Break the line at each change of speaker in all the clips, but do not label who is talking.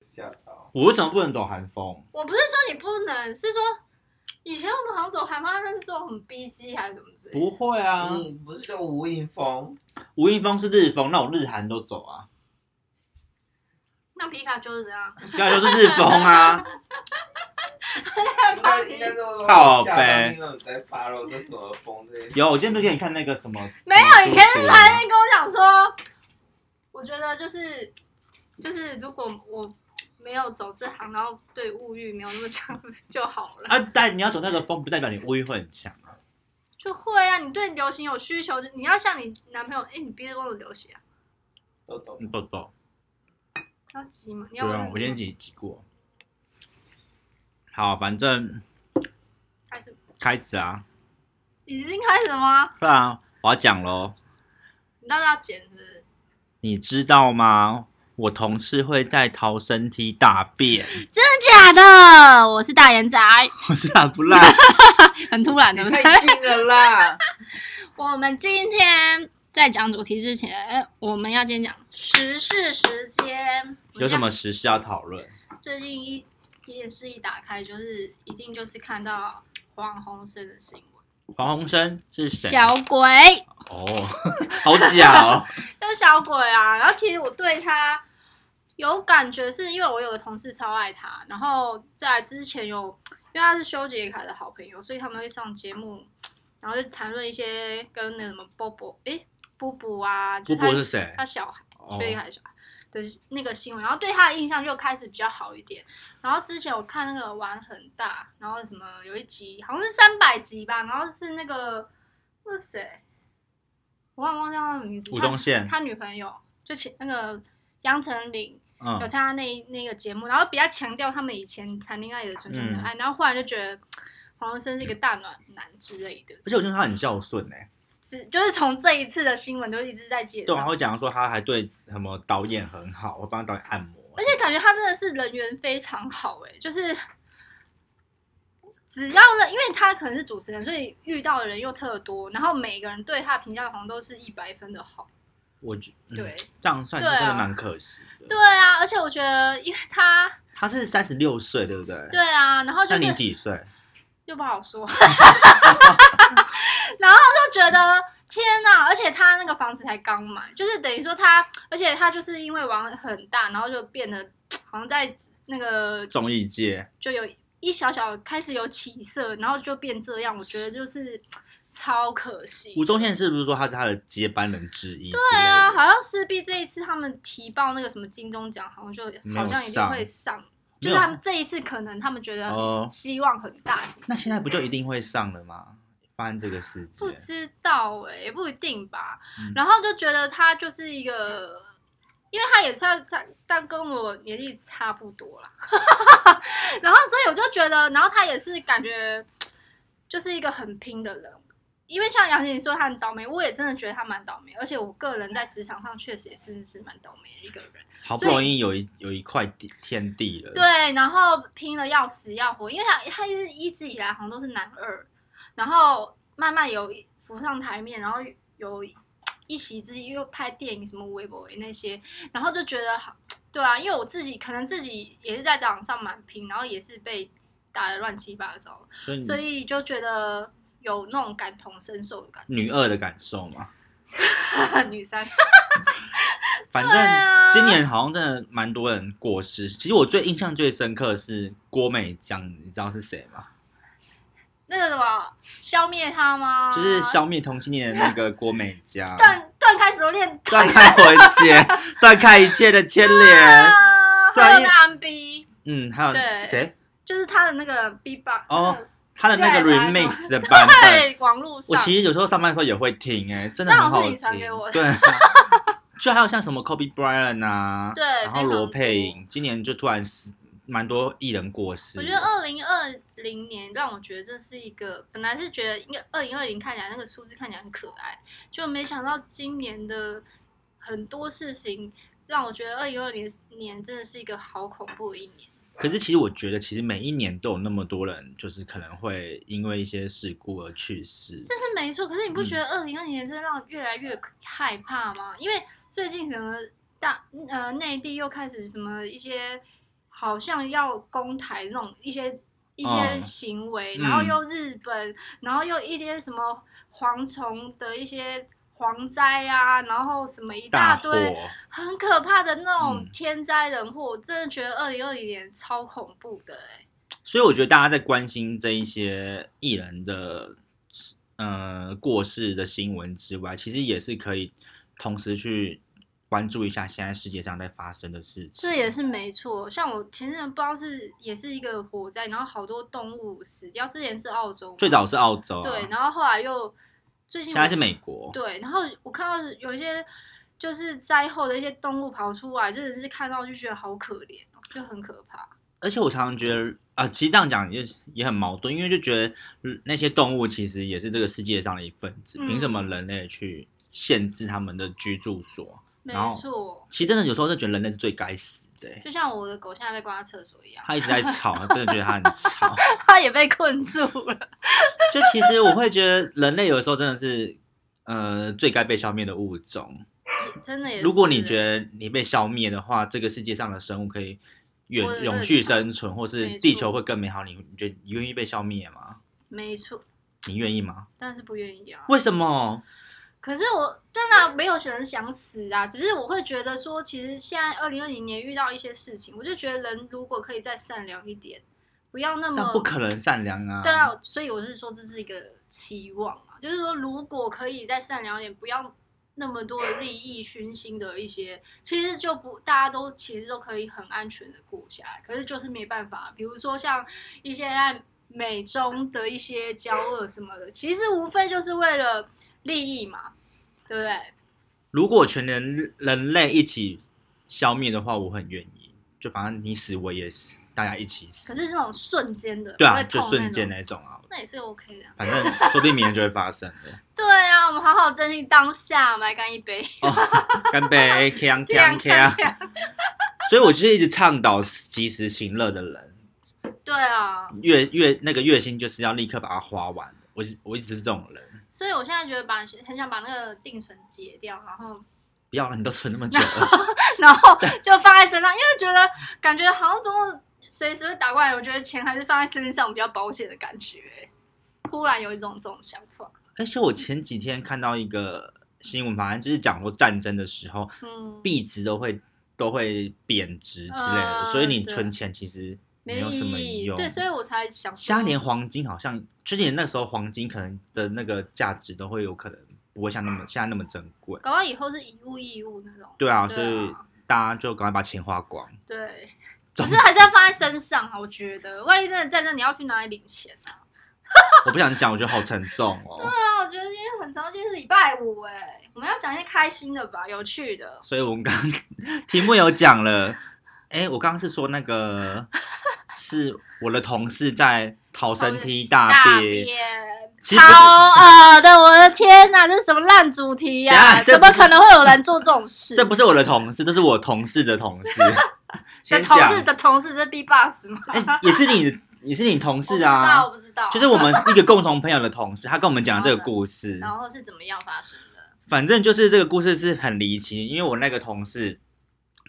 吓到。
我为什么不能走韩风？
我不是说你不能，是说以前我们好像走韩方，就是说很逼机还是怎么之类的。
不会啊，
你嗯不是叫无印风？
吴英风是日风，那我日韩都走啊，
那皮卡丘是怎样？
那就是日风啊。
应该应该这么说。
靠
吓
北
到你有在发了这什么风这些？
有，我今天不是给你看那个什么？
没有，以前是啊他
韩。
在跟我讲说，我觉得就是就是如果我没有走这行，然后对物欲没有那么强就好了。
啊，但你要走那个风，不代表你物欲会很强啊。
就会啊，你对流行有需求，就你要像你男朋友，哎、你鼻子光有流血啊，
都懂。
你不懂？
要急啊吗？你
不
要
啊用，我今天挤挤过。好，反正
开始
开始啊，
已经开始了吗？
不然我要讲喽。
你到底要剪是不是？
你知道吗？我同事会在逃生梯大 便，
真的假的？我是大眼仔，
我吓不 烂，
很突然
你
的。
太近了啦！
我们今天在讲主题之前，我们要先讲时事时间。
有什么时事要讨论？
最近一电视一打开，就是一定就是看到黄鸿升的新闻，
黄鸿升是谁？
小鬼，
哦， 好假 哦！
就是小鬼啊。然后其实我对他有感觉，是因为我有个同事超爱他，然后在之前有，因为他是修杰楷的好朋友，所以他们会上节目，然后就谈论一些跟那什么波波，诶，波波啊，就
波
他
波是谁？
他小孩。
哦
所，以还小的那个新闻，然后对他的印象就开始比较好一点。然后之前我看那个玩很大，然后什么有一集好像是三百集吧，然后是那个那是谁，我忘忘记他的名字，
吴宗
他
宪，
他女朋友就前那个杨丞琳有
嗯，
参加那那个节目，然后比较强调他们以前谈恋爱的纯
嗯
纯的爱，然后忽然就觉得黄鸿升是一个大暖男之类的，
而且我觉得他很孝顺哎，
只就是啊从这一次的新闻就一直在介
对，我还
绍。
会讲说他还对什么导演很好，我帮导演按摩，
而且感觉他真的是人缘非常好、欸，就是只要呢，因为他可能是主持人，所以遇到的人又特多，然后每个人对他的评价好像都是一百分的好。
我觉嗯
对，
这样算是
对啊
真的蛮可惜的。
对啊，而且我觉得，因为他
他是三十六岁，对不对？
对啊，然后就
那你
是
几岁？
又不好说， 然后就觉得。天呐！而且他那个房子才刚买，就是等于说他，而且他就是因为玩很大，然后就变得好像在那个
综艺界，
就有一小小开始有起色，然后就变这样，我觉得就是超可惜。
吴宗宪是不是说他是他的接班人之一？对
对啊，，好像势必这一次他们提报那个什么金钟奖，好像就
没有
好像一定会上，就是他们这一次可能他们觉得
哦、
希望很大。
那现在不就一定会上了吗？发现这个世界
不，知道哎、也不一定吧。
嗯
然后就觉得他就是一个，因为他也差他，但跟我年纪差不多啦。 然后所以我就觉得，然后他也是感觉就是一个很拼的人。因为像杨丞琳说他很倒霉，我也真的觉得他蛮倒霉，而且我个人在职场上确实也是是蛮倒霉的一个人。
好不
所以
容易有一有一块地天地了。，
对，然后拼的要死要活，因为他他就是一直以来好像都是男二，然后慢慢有浮上台面，然后有一席之地，又拍电影什么微博那些，然后就觉得好，对啊，因为我自己可能自己也是在职场上蛮拼，然后也是被打的乱七八糟，
所以你
所以就觉得有那种感同身受的感
女二的感受嘛，
觉， 女三。
反
对
正
啊
今年好像真的蛮多人过世。其实我最印象最深刻的是郭美江，你知道是谁吗？
那个什么，消灭他吗？
就是消灭同性恋的那个郭美江，
啊 断断开始练
断开我 切，断开一切的牵连。
啊，
对啊
还有
因为
那 M B。
嗯，还有
对
谁？
就是他的那个 B 版
哦他的那个
Red 啊
remix 的版本，
在网络
我
上，
其实有时候上班的时候也会听、哎，真的
那
很好
好是
听。
你传给我的
对啊， 就还有像什么 Kobe Bryant 啊，
对
然后罗佩
非
颖，今年就突然死蛮多艺人过世。
我觉得二零二零年让我觉得这是一个，本来是觉得应该二零二零看起来那个数字看起来很可爱，就没想到今年的很多事情让我觉得二零二零年真的是一个好恐怖的一年。
可是其实我觉得，其实每一年都有那么多人，就是可能会因为一些事故而去世。
这是没错，可是你不觉
嗯
得二零二零年真的让我越来越害怕吗？因为最近什么大呃内地又开始什么一些好像要攻台那种一些一些
嗯
行为，
嗯
然后又日本，然后又一些什么蝗虫的一些蝗灾啊，然后什么一大
火，
堆很可怕的那种
嗯
天灾人祸，我真的觉得二零二零年超恐怖的哎、
所以我觉得大家在关心这一些艺人的呃过世的新闻之外，其实也是可以同时去关注一下现在世界上在发生的事情。
这也是没错。像我前阵子不知道是也是一个火灾，然后好多动物死掉，之前是澳洲嘛，
最早是澳洲啊，
对，然后后来又最近
现在是美国，
对，然后我看到有一些就是灾后的一些动物跑出来，真的是看到就觉得好可怜哦，就很可怕。
而且我常常觉得啊、其实这样讲也也很矛盾，因为就觉得嗯那些动物其实也是这个世界上的一份子，
嗯
凭什么人类去限制他们的居住所？
没
然后
错，
其实真的有时候就觉得人类是最该死的欸、
就像我的狗现在被关在厕所一样，
它一直在吵，真的觉得它很吵。
它也被困住 了。
就其实我会觉得人类有时候真的是，呃，最该被消灭的物种。
也真的也是欸，
如果你觉得你被消灭的话，这个世界上的生物可以远
活得更
永续
长
生存，或
没
是
错
地球会更美好，你你觉得你愿意被消灭吗？
没错，
你愿意吗？
但是不愿意啊。
为什么？
可是我当然没有人想死啊，只是我会觉得说，其实现在二零二零年遇到一些事情，我就觉得人如果可以再善良一点，不要那么
但不可能善良啊！
嗯对啊，所以我是说这是一个期望嘛，就是说如果可以再善良一点，不要那么多的利益熏心的一些，其实就不大家都其实都可以很安全的过下来，可是就是没办法，比如说像一些在美中的一些交恶什么的，其实无非就是为了利益嘛，对不对？
如果全人人类一起消灭的话，我很愿意，就反正你死我也死，大家一起死。
可是这种瞬间的，
对
不
啊，
会
就
痛
瞬
那
间
种
那种啊，
那也是 OK 的啊。
反正说不定明天就会发生的。
对啊，我们好好珍惜当下，我们来干一 杯。啊
哦，干杯， 锵锵锵！啊所以我就是一直倡导及时行乐的人，
对啊，
月月那个月薪就是要立刻把它花完。我一我一直是这种人，
所以我现在觉得把很想把那个定存解掉，然后
不要了，你都存那么久 了，
然后就放在身上，因为觉得感觉好像总共随时会打过来，我觉得钱还是放在身上比较保险的感觉。忽然有一种这种想法，
而且我前几天看到一个新闻，反正就是讲说战争的时候，
嗯，
币值都会都会贬值之类的，
嗯
所以你
对
存钱其实
没
没有什么
意义
用。
对，所以我才想说
虾年黄金好像之前那时候黄金可能的那个价值都会有可能不会像那么现在那么珍贵。
搞到以后是以物易物那种。
对啊，
对啊
所以大家就赶快把钱花光。
对，可
总
是还是要放在身上啊，我觉得，万一真的战争，你要去哪里领钱啊？
我不想讲，我觉得好沉重 哦。
对啊，我觉得今天很糟，今天是礼拜五哎、我们要讲一些开心的吧，有趣的。
所以我们刚 题目有讲了，哎，我刚刚是说那 个是我的同事在逃生梯大
大
便，
便，
其
超
实不是
恶的！我的天哪，这是什么烂主题呀、
等一下这
怎
不
么
是
可能会有人做这种事？
这不是我的同事，这是我同事的同 事。
的
先
同事
讲，
的同事，这 B boss 吗？
哎，也是你，也是你同事
我
啊，
不知道，我不
就
知道。
是我们一个共同朋友的同事，他跟我们讲这个故事。
然后是怎么样发生的？
反正就是这个故事是很离奇，因为我那个同事，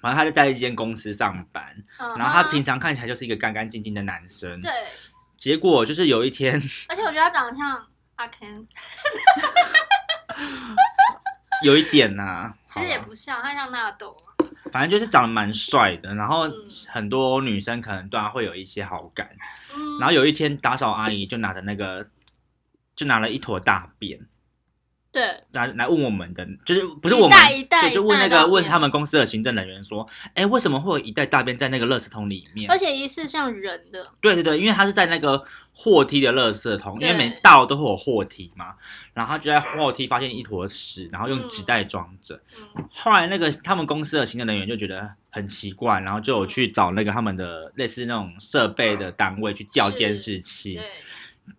反正他就在一间公司上班，
嗯
然后他
哼
平常看起来就是一个干干净净的男生，
对，
结果就是有一天，
而且我觉得他长得像阿 Ken，
有一点呐、
其实也
好啦
不像，他像纳豆。啊
反正就是长得蛮帅的，然后
嗯
很多女生可能对他会有一些好感，
嗯，
然后有一天打扫阿姨就拿着那个，就拿了一坨大便。
对，
来来问我们的，就是不是我
一
们
袋一袋
对，就问那
一袋大
个
便
问他们公司的行政人员说，哎，为什么会有一袋大便在那个垃圾桶里面？
且疑似像人的，
对对对，因为他是在那个货梯的垃圾桶，因为
对
每大楼都会有货梯嘛，然后他就在货梯发现一坨屎，然后用纸袋装着。
嗯，
后来那个他们公司的行政人员就觉得很奇怪，然后就
嗯
有去找那个他们的类似那种设备的单位去调
是
监视器，
对。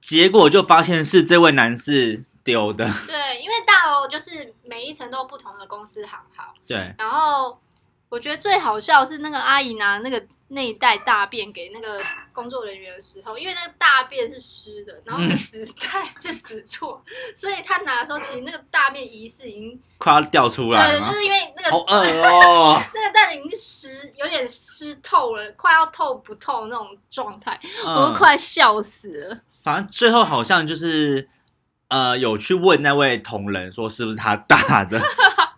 结果就发现是这位男士丢的。
对，因为大楼就是每一层都有不同的公司行号，
对，
然后我觉得最好笑的是那个阿姨拿那个那一袋大便给那个工作人员的时候，因为那个大便是湿的，然后
嗯
是纸袋是纸做，所以他拿的时候，其实那个大便疑似已经
快要掉出来了
对，
吗
就？是因为那个
好饿哦，
那个蛋已经湿，有点湿透了，快要透不透那种状态， 我都
嗯
快笑死了。
反正最后好像就是呃有去问那位同仁说是不是他打 的，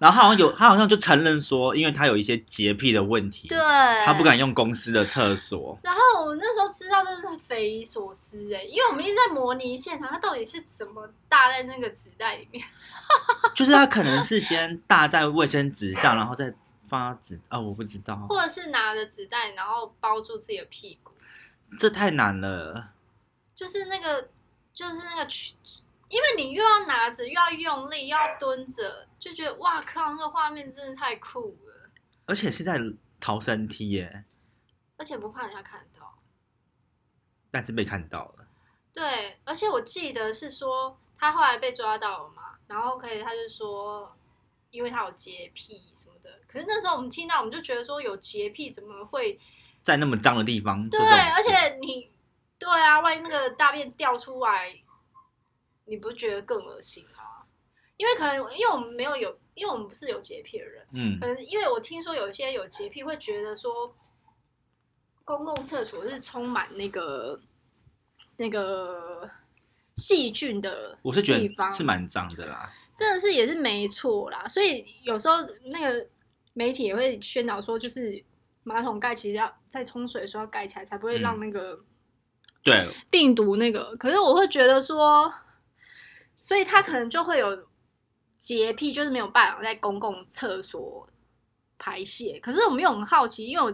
然后他好像有他好像就承认说，因为他有一些洁癖的问题，
对，
他不敢用公司的厕所。
然后我那时候吃到真的是匪夷所思哎、因为我们一直在模拟现场，它到底是怎么搭在那个纸袋里面？
就是他可能是先搭在卫生纸上，然后再放到纸啊、我不知道，
或者是拿着纸袋然后包住自己的屁股，
这太难了。
就是那个就是那个曲，因为你又要拿着又要用力又要蹲着，就觉得哇靠，那个画面真的太酷了，
而且是在逃生梯耶，
而且不怕人家看到。
但是被看到了。
对，而且我记得是说他后来被抓到了嘛，然后可以他就说，因为他有洁癖什么的。可是那时候我们听到，我们就觉得说有洁癖怎么会？
在那么脏的地方做
对，
这种事，
而且你对啊，万一那个大便掉出来，你不觉得更恶心吗？因为可能因为我们没有有，因为我们不是有洁癖的人，
嗯
可，能因为我听说有一些有洁癖会觉得说，公共厕所是充满那个那个细菌的
我是觉
地
得
方，
是蛮脏的啦。
真的是也是没错啦。所以有时候那个媒体也会宣导说，就是马桶盖其实要在冲水的时候要盖起来，才不会让
嗯
那个。
对，
病毒那个，可是我会觉得说，所以他可能就会有洁癖，就是没有办法在公共厕所排泄。可是我们又很好奇，因为我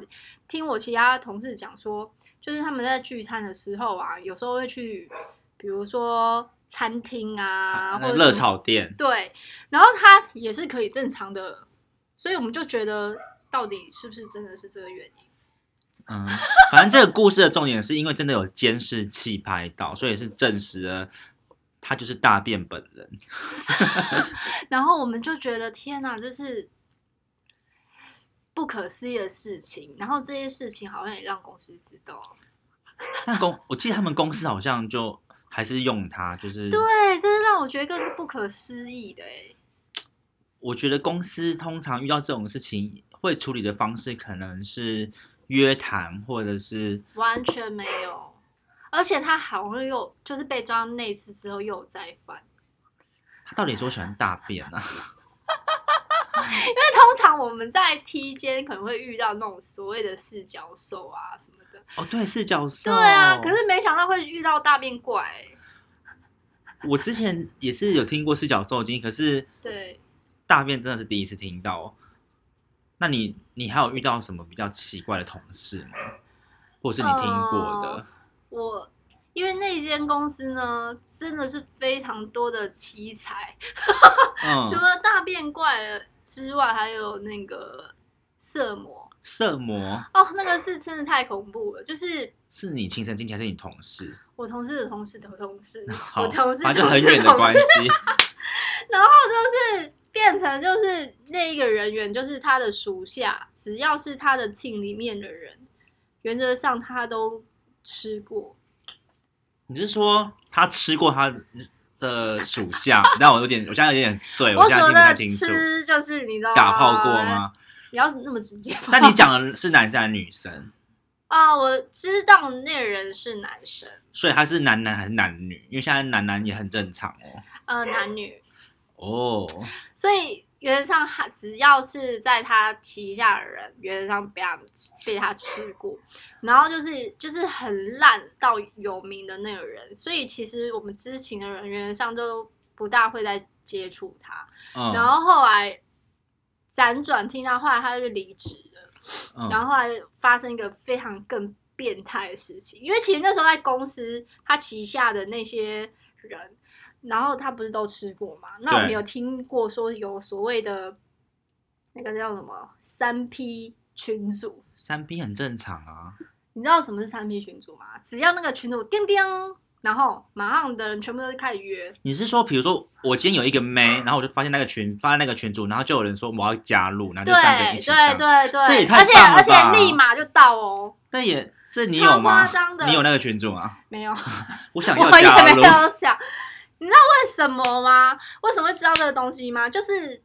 听我其他同事讲说，就是他们在聚餐的时候啊，有时候会去，比如说餐厅啊，或
那
者
热
什么
炒店，
对，然后他也是可以正常的，所以我们就觉得到底是不是真的是这个原因？
嗯，反正这个故事的重点是因为真的有监视器拍到，所以是证实了他就是大便本人。
然后我们就觉得天哪，这是不可思议的事情。然后这些事情好像也让公司知道。
那公，我记得他们公司好像就还是用他，就是
对，这是让我觉得更不可思议的哎。
我觉得公司通常遇到这种事情会处理的方式可能是约谈，或者是
完全没有。而且他好像又就是被抓那次之后又有再犯，
他到底多喜欢大便啊？
因为通常我们在梯间可能会遇到那种所谓的四角兽啊什么的，
哦，对，是教授。
对啊，
哦
可是没想到会遇到大便怪欸、
我之前也是有听过四角兽经，可是
对，
大便真的是第一次听到。哦那你你还有遇到什么比较奇怪的同事吗？或是你听过的？
呃我因为那间公司呢，真的是非常多的奇才，除
嗯，
了大便怪了之外，还有那个色魔
色魔
哦，那个是真的太恐怖了，就是。
是你亲身经历还是你同事？
我同事的同事的同事，
好，
我同事
反正就
同
很
事
远的
同
关
事
系。
然后就是变成就是那一个人员，就是他的属下，只要是他的 team 里面的人，原则上他都吃过。
你是说他吃过他的属下？但我有点，我现在有点醉，
我
现在听
所谓
不太
的
清楚。
吃就是你知道
打炮过？ 吗？
不要那么直接吧。
那你讲的是男生还是女生？
啊，我知道那个人是男生，
所以他是男男还是男女？因为现在男男也很正常
呃，男女，
哦。哦，
所以原则上他只要是在他旗下的人，原则上被他被他吃过，然后就是就是很烂到有名的那个人，所以其实我们知情的人原则上都不大会再接触他，
嗯，
然后后来辗转听到，后来他就离职了。
嗯
然后后来发生一个非常更变态的事情，因为其实那时候在公司，他旗下的那些人，然后他不是都吃过嘛？那我们
对
有听过说有所谓的那个叫什么三 P 群组，
三 B 很正常啊。
你知道什么是三 P 群组吗？只要那个群组叮叮然后马上的人全部都开始约，
你是说，比如说我今天有一个妹，
嗯
然后我就发现那个群，发现那个群组，然后就有人说我要加入，然后
对
就三个一起
对
对，
对对，
这也太
而且
棒了
而且
吧
立马就到哦，
那也这你
超
有吗
夸张的？
你有那个群组 吗？
没有，
我想要
我
加
也
入
没，有想，你知道为什么吗？为什么会知道这个东西吗？就是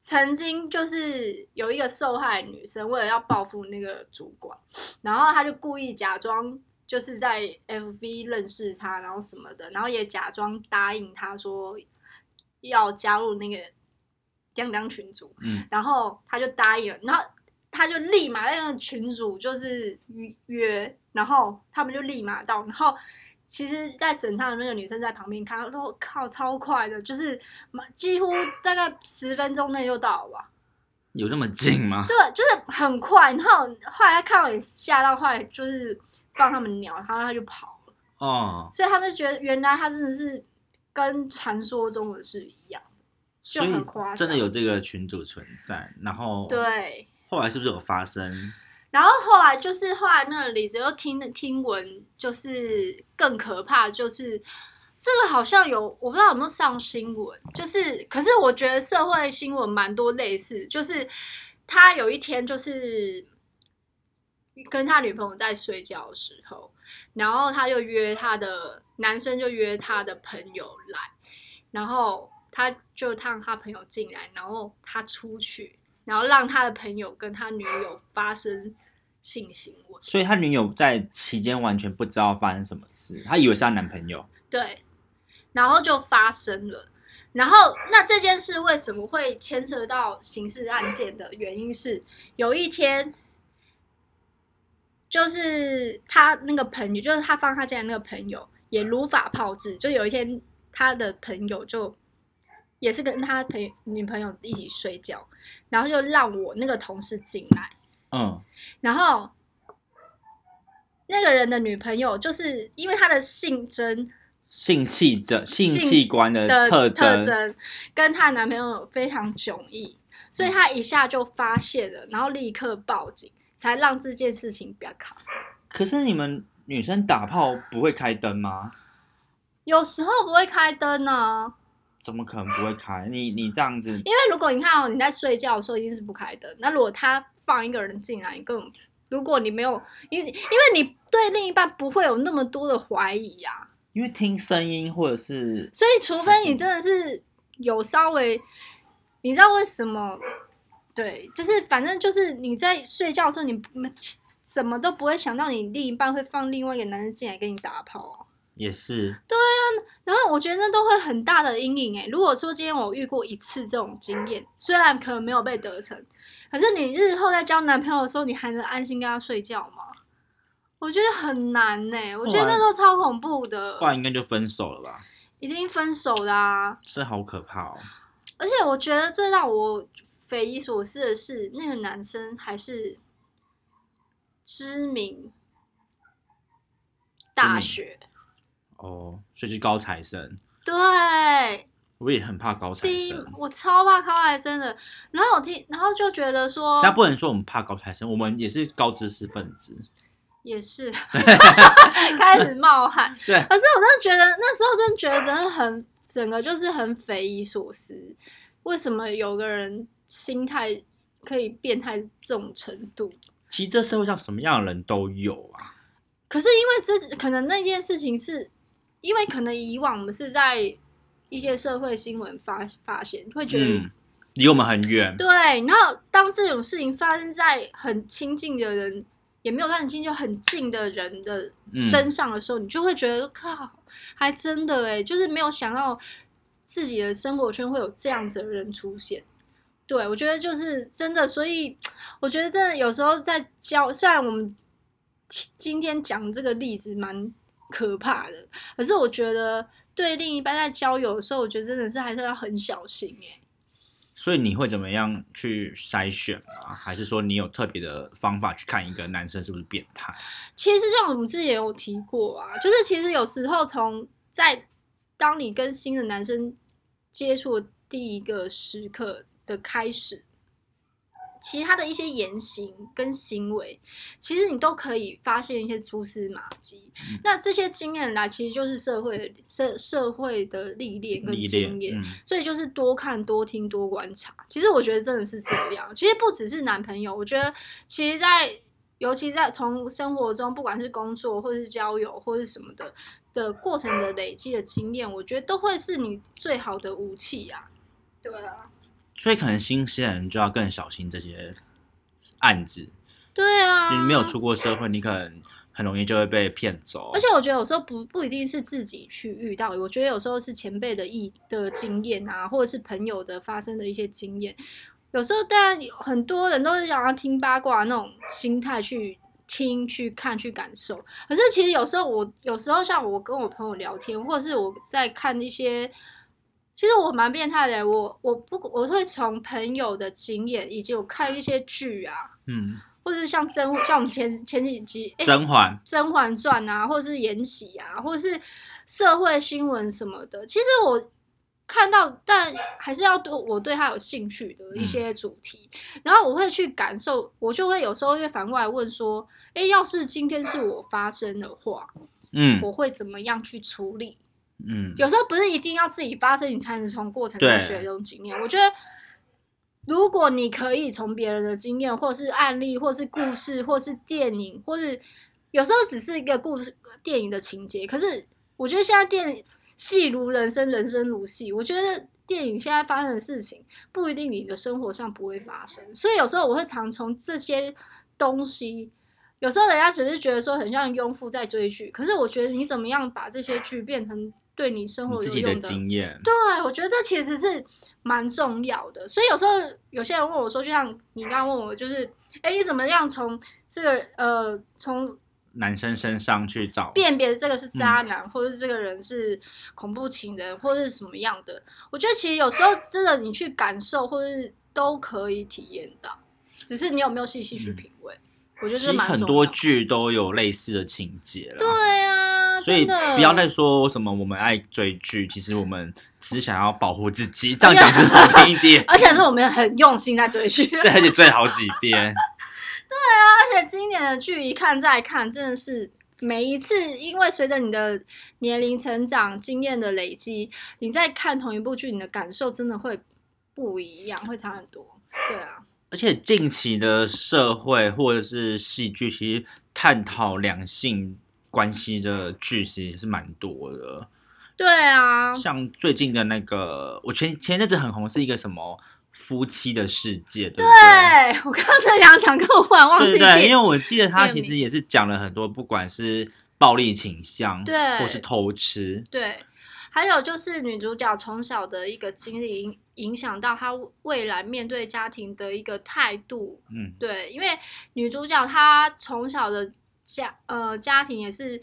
曾经就是有一个受害女生，为了要报复那个主管，然后她就故意假装就是在 FB 认识他，然后什么的，然后也假装答应他说要加入那个当当群组，
嗯，
然后他就答应了，然后他就立马在那个群组就是约约，然后他们就立马到，然后其实，在整趟的那个女生在旁边看，她说靠，超快的，就是马几乎大概十分钟内就到了吧，
有这么近 吗？
对，就是很快。然后后来他看到也吓到，后来就是放他们鸟，然后他就跑了，
哦，
所以他们就觉得原来他真的是跟传说中的是一样，就
所以
很夸张
真的有这个群组存在，然后，
对。
后来是不是有发生？
然后后来就是后来那个李子又听听闻，就是更可怕，就是这个好像有我不知道有没有上新闻，就是可是我觉得社会新闻蛮多类似，就是他有一天就是跟他女朋友在睡觉的时候，然后他就约他的男生就约他的朋友来，然后他就让他朋友进来，然后他出去，然后让他的朋友跟他女友发生性行为。
所以他女友在期间完全不知道发生什么事，她以为是她男朋友。
对，然后就发生了。然后，那这件事为什么会牵扯到刑事案件的原因是，有一天，就是他那个朋友，就是他放他进来那个朋友也如法炮制，就有一天他的朋友就也是跟他朋女朋友一起睡觉，然后就让我那个同事进来，
嗯，
然后那个人的女朋友就是因为他的性征
性器者性
性
器官的
的
呃特
特
征，
征跟她男朋友非常迥异，
嗯
所以她一下就发现了，然后立刻报警，才让这件事情不要卡。
可是你们女生打炮不会开灯吗？
有时候不会开灯呢、
怎么可能不会开？你你这样子
因为如果你看哦，你在睡觉的时候一定是不开灯，那如果他放一个人进来，你根本如果你没有，因因为你对另一半不会有那么多的怀疑啊呀、
因为听声音或者是
所以，除非你真的是有稍微，你知道为什么？对，就是反正就是你在睡觉的时候，你不什么都不会想到你另一半会放另外一个男人进来跟你打炮啊。
也是，
然后我觉得那都会很大的阴影诶、欸如果说今天我遇过一次这种经验，虽然可能没有被得逞，可是你日后在交男朋友的时候，你还能安心跟他睡觉吗？我觉得很难呢、我觉得那时候超恐怖的
不，然应该就分手了吧？
已经分手啦、啊。
这好可怕哦！
而且我觉得最让我匪夷所思的是，那个男生还是知名大学，
哦，所以是高材生，
对，
我也很怕高材
第一
生。
我超怕高材生的。然后我听，然后就觉得说
但不能说我们怕高材生，我们也是高知识分子。
也是开始冒汗，
对
可是我真的觉得那时候真的觉得真的很整个就是很匪夷所思，为什么有个人心态可以变态这种程度？
其实这社会上什么样的人都有啊。
可是因为这可能那件事情是，因为可能以往我们是在一些社会新闻发发现，会觉得、
嗯，离我们很远。
对，然后当这种事情发生在很亲近的人，也没有到很亲近，就很近的人的身上的时候，你就会觉得靠，还真的哎，就是没有想到自己的生活圈会有这样子的人出现。对，我觉得就是真的，所以我觉得真的有时候在教，虽然我们今天讲这个例子蛮可怕的，可是我觉得对另一半在交友的时候，我觉得真的是还是要很小心哎。
所以你会怎么样去筛选啊？还是说你有特别的方法去看一个男生是不是变态？
其实像我们之前也有提过啊，就是其实有时候从在当你跟新的男生接触的第一个时刻的开始，其他的一些言行跟行为，其实你都可以发现一些蛛丝马迹。
嗯
那这些经验来，其实就是社会社社会的历练跟
历
经验
练，。嗯，
所以就是多看、多听、多观察。其实我觉得真的是这样。其实不只是男朋友，我觉得其实在，尤其在从生活中，不管是工作或是交友或是什么的的过程的累积的经验，我觉得都会是你最好的武器啊。对啊，
所以可能新鲜人就要更小心这些案子，
对
你
啊，
没有出过社会，你可能很容易就会被骗走。
而且我觉得有时候不不一定是自己去遇到，我觉得有时候是前辈的意的经验啊，或者是朋友的发生的一些经验。有时候当然有很多人都是想要听八卦那种心态去听、去看、去感受。可是其实有时候我有时候像我跟我朋友聊天，或者是我在看一些，其实我蛮变态的。我我不我会从朋友的经验，以及我看一些剧啊，
嗯，
或者是像真像我们前前几集哎。
甄嬛
《甄嬛传》啊，或是《延禧》啊，或是社会新闻什么的。其实我看到，但还是要对我对他有兴趣的一些主题，然后我会去感受，我就会有时候会反过来问说：，诶，要是今天是我发生的话，
嗯
我会怎么样去处理？
嗯，
有时候不是一定要自己发生，你才能从过程中
对
学这种经验。我觉得，如果你可以从别人的经验，或是案例，或是故事，
嗯
或是电影，或是有时候只是一个故事电影的情节，可是我觉得现在电戏如人生，人生如戏。我觉得电影现在发生的事情，不一定你的生活上不会发生，所以有时候我会常从这些东西。有时候人家只是觉得说很像庸夫在追剧，可是我觉得你怎么样把这些剧变成对你生
你
活
自
有
己
用
的
的
经验，
对，我觉得这其实是蛮重要的。所以有时候有些人问我说，就像你刚刚问我，就是，哎，你怎么样从这个呃，从
男生身上去找，
辨别这个是渣
嗯
男，或者是这个人是恐怖情人，或者是什么样的？我觉得其实有时候真的你去感受，或者是都可以体验到，只是你有没有细细去
嗯
品味。我觉
其
得这
实
蛮
很
重
多
要的
剧都有类似的情节啦。
对啊，
所以
真的。
不要再说什么我们爱追剧，其实我们只是想要保护自己，这样讲是好听一点
而且是我们很用心在追剧。
对，而且追好几遍，
而且今年的剧一看再看，真的是每一次，因为随着你的年龄成长、经验的累积，你在看同一部剧，你的感受真的会不一样，会差很多。对啊，
而且近期的社会或者是戏剧，其实探讨两性关系的剧其实也是蛮多的。
对啊，
像最近的那个，我前前阵子很红是一个什么夫妻的世界，对不
对我刚刚在想讲，可我忽然忘
对对
记
对，因
点
为我记得他
店
其
名
实也是讲了很多，不管是暴力倾向，
对
或是偷吃，
对，还有就是女主角从小的一个经历影影响到她未来面对家庭的一个态度，
嗯，
对，因为女主角她从小的家呃家庭也是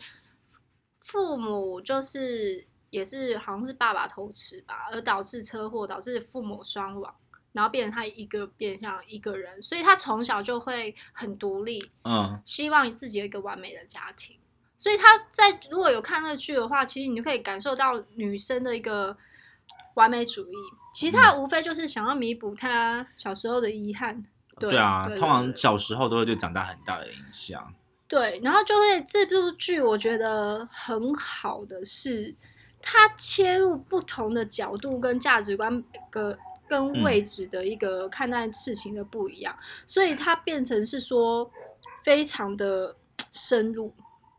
父母就是也是好像是爸爸偷吃吧，而导致车祸，导致父母双亡，然后变成她一个变相一个人，所以她从小就会很独立，
嗯，
希望自己有一个完美的家庭。所以她在如果有看那个剧的话，其实你就可以感受到女生的一个完美主义。其
嗯
实她无非就是想要弥补她小时候的遗憾。
对啊，
对
通
对
常小时候都会对长大很大的影响。
对，然后就会这部剧我觉得很好的是，它切入不同的角度跟价值观跟跟
嗯
位置的一个看待事情的不一样，所以它变成是说非常的深入。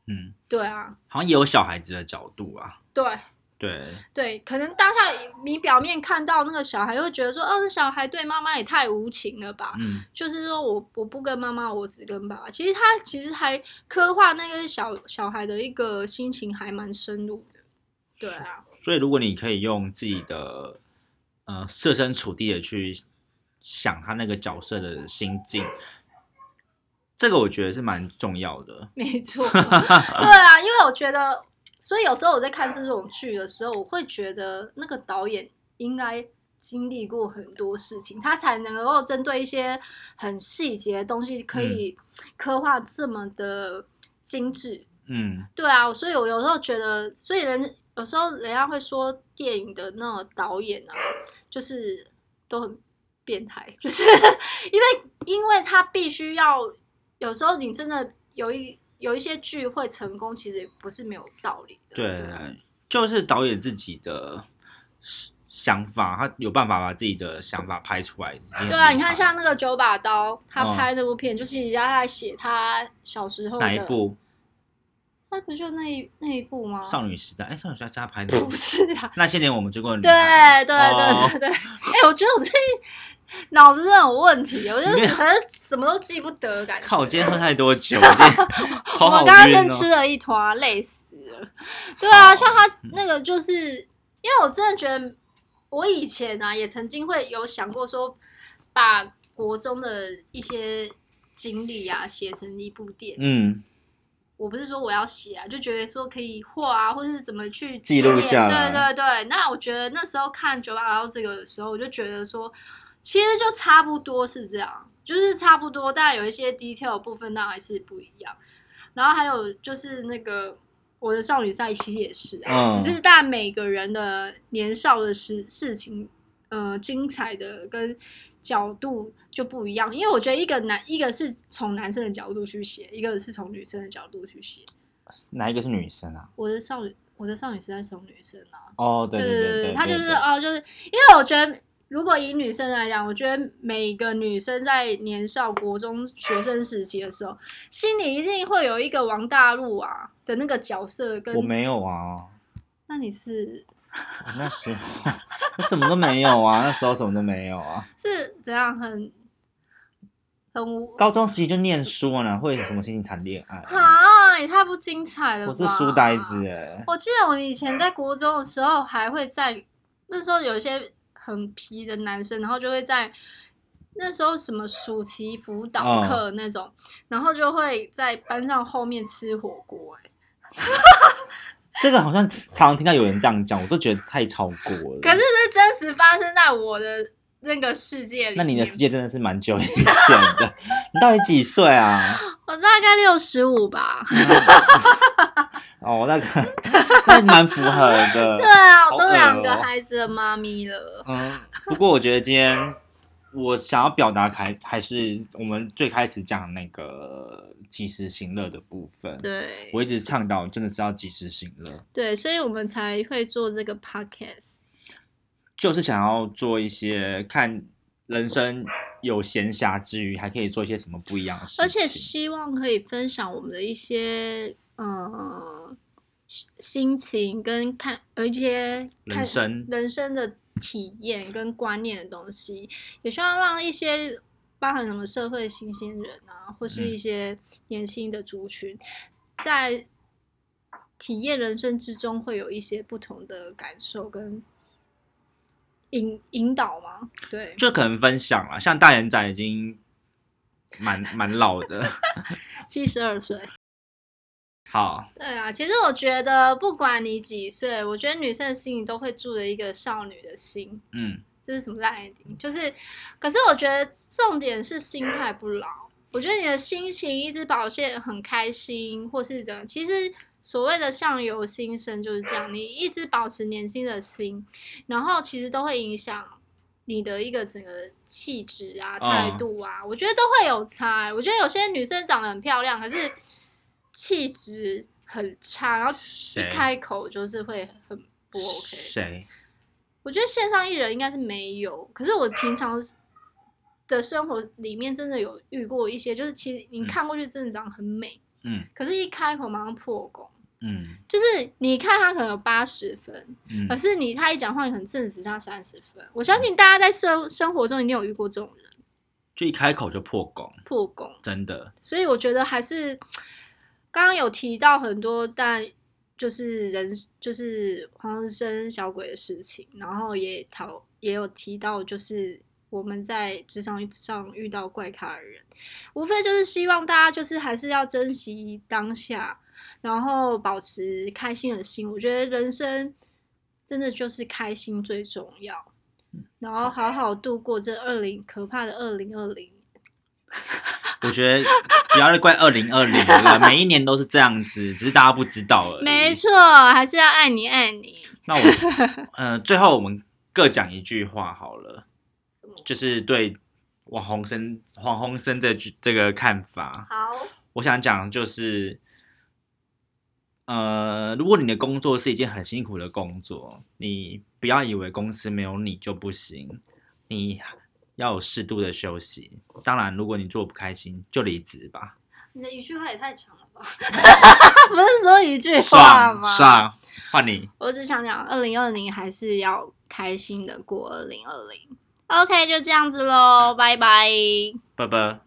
嗯，
对啊，
好像也有小孩子的角度啊，
对
对，
对，可能当下你表面看到那个小孩，会觉得说，哦，这小孩对妈妈也太无情了吧？
嗯，
就是说我我不跟妈妈，我只跟爸爸。其实他其实还刻画那个小小孩的一个心情还蛮深入的。对啊，
所以如果你可以用自己的呃设身处地的去想他那个角色的心境，这个我觉得是蛮重要的。
没错，对啊，因为我觉得，所以有时候我在看这种剧的时候，我会觉得那个导演应该。经历过很多事情，他才能够针对一些很细节的东西，可以刻画这么的精致。
嗯，
对啊，所以我有时候觉得，所以人有时候人家会说电影的那种导演啊，就是都很变态， 就是因为因为他必须要，有时候你真的有一有一些剧会成功，其实也不是没有道理的。啊
对啊
吧，
就是导演自己的想法，他有办法把自己的想法拍出来。已经很
对啊，
厉
你
害
看
了
像那个九把刀，他
嗯
拍那部片，就是人家在写他小时候的
哪一？部
他不就那一那一部吗？
《少女时代》？哎，《少女时代》是他拍的吗
不是啊，
那些年我们追过的女
对
孩
对
哦
对对对，哎、我觉得我最近脑子真的有问题，我就
你没
是
有
好像什么都记不得的感觉。
靠，我今天喝太多酒，我 今天头
我
好
们刚刚
晕
先
哦
吃了一坨，啊累死了。对啊，
好嗯
像他那个，就是因为我真的觉得，我以前啊也曾经会有想过说，把国中的一些经历啊写成一部电影。
嗯，
我不是说我要写啊，就觉得说可以画啊，或者是怎么去
记录
纪念
下来
对对对，那我觉得那时候看九把刀这个的时候，我就觉得说，其实就差不多是这样，就是差不多，但有一些 detail 的部分那还是不一样。然后还有就是那个我的少女赛其实也是啊，
嗯
只是但每个人的年少的事事情，呃，精彩的跟角度就不一样。因为我觉得一个男一个是从男生的角度去写，一个是从女生的角度去写。
哪一个是女生啊？
我的少女，我的少女时代是从女生啊，
哦，对
对
对对，
她就是
对
哦，就是因为我觉得，如果以女生来讲，我觉得每个女生在年少国中学生时期的时候，心里一定会有一个王大陆啊的那个角色跟
我没有啊，
那你是
我那时候 我什么都没有啊，那时候什么都没有啊。
是怎样很很无
高中时期就念书啊，哪会有什么心情谈恋爱啊、
啊？也太不精彩了吧！
我是书呆子哎、
我记得我以前在国中的时候，还会在那时候有一些很皮的男生，然后就会在那时候什么暑期辅导
哦
课那种，然后就会在班上后面吃火锅、欸。
这个好像常常听到有人这样讲，我都觉得太超过了。
可是是真实发生在我的那个世界里面。
那你的世界真的是蛮久以前的， 你到底几岁啊？
我大概六十五吧。
哦，那个 那蛮符合的
对。啊，
好
我
恶
都
哦
两个孩子的妈咪了。
嗯，不过我觉得今天我想要表达还还是我们最开始讲那个及时行乐的部分。
对
我一直倡导真的是要及时行乐，
对，所以我们才会做这个 podcast。
就是想要做一些看人生有闲暇之余，还可以做一些什么不一样的事情。
而且希望可以分享我们的一些呃心心情跟看，有一些看
人生
人生的体验跟观念的东西，也希望让一些包含什么社会新鲜人啊，或是
嗯
一些年轻的族群，在体验人生之中会有一些不同的感受跟引引导嘛，对。
就可能分享了，像大眼仔已经蛮蛮老 的。
七十二岁，
好，
对啊，其实我觉得不管你几岁，我觉得女生的心里都会住着一个少女的心。
嗯，
这是什么烂 ending？就是，可是我觉得重点是心态不老。我觉得你的心情一直表现很开心，或是怎样，其实所谓的相由心生就是这样。你一直保持年轻的心，然后其实都会影响你的一个整个气质啊、态度啊，我觉得都会有差欸、我觉得有些女生长得很漂亮，可是气质很差，然后一
谁
开口就是会很不 OK。
谁？
我觉得线上艺人应该是没有，可是我平常的生活里面真的有遇过一些，就是其实你
嗯
看过去真的长得很美，
嗯
可是一开口马上破功。
嗯
就是你看他可能有八十分，
嗯
可，是你他一讲话，你很正直，像三十分。我相信大家在生生活中一定有遇过这种人
就一开口就破功，
破功，
真的。
所以我觉得还是刚刚有提到很多，但就是人就是黄鸿生小鬼的事情，然后也讨也有提到，就是我们在职场上遇到怪咖的人，无非就是希望大家就是还是要珍惜当下，然后保持开心的心。我觉得人生真的就是开心最重要。然后好好度过这二零可怕的二零二零，
我觉得不要再怪二零二零了，每一年都是这样子，只是大家不知道而已。
没错，还是要爱你爱你。
那我，呃，最后我们各讲一句话好了。
什么
就是对网红生网红生这句这个看法。
好，
我想讲就是，呃，如果你的工作是一件很辛苦的工作，你不要以为公司没有你就不行，你要有适度的休息。当然，如果你做不开心，就离职吧。
你的一句话也太长了吧？ 不是啊说一句话
上
吗？
上，啊换你。
我只想讲，二零二零还是要开心的过二零二零。OK，就这样子喽，拜拜。
拜拜。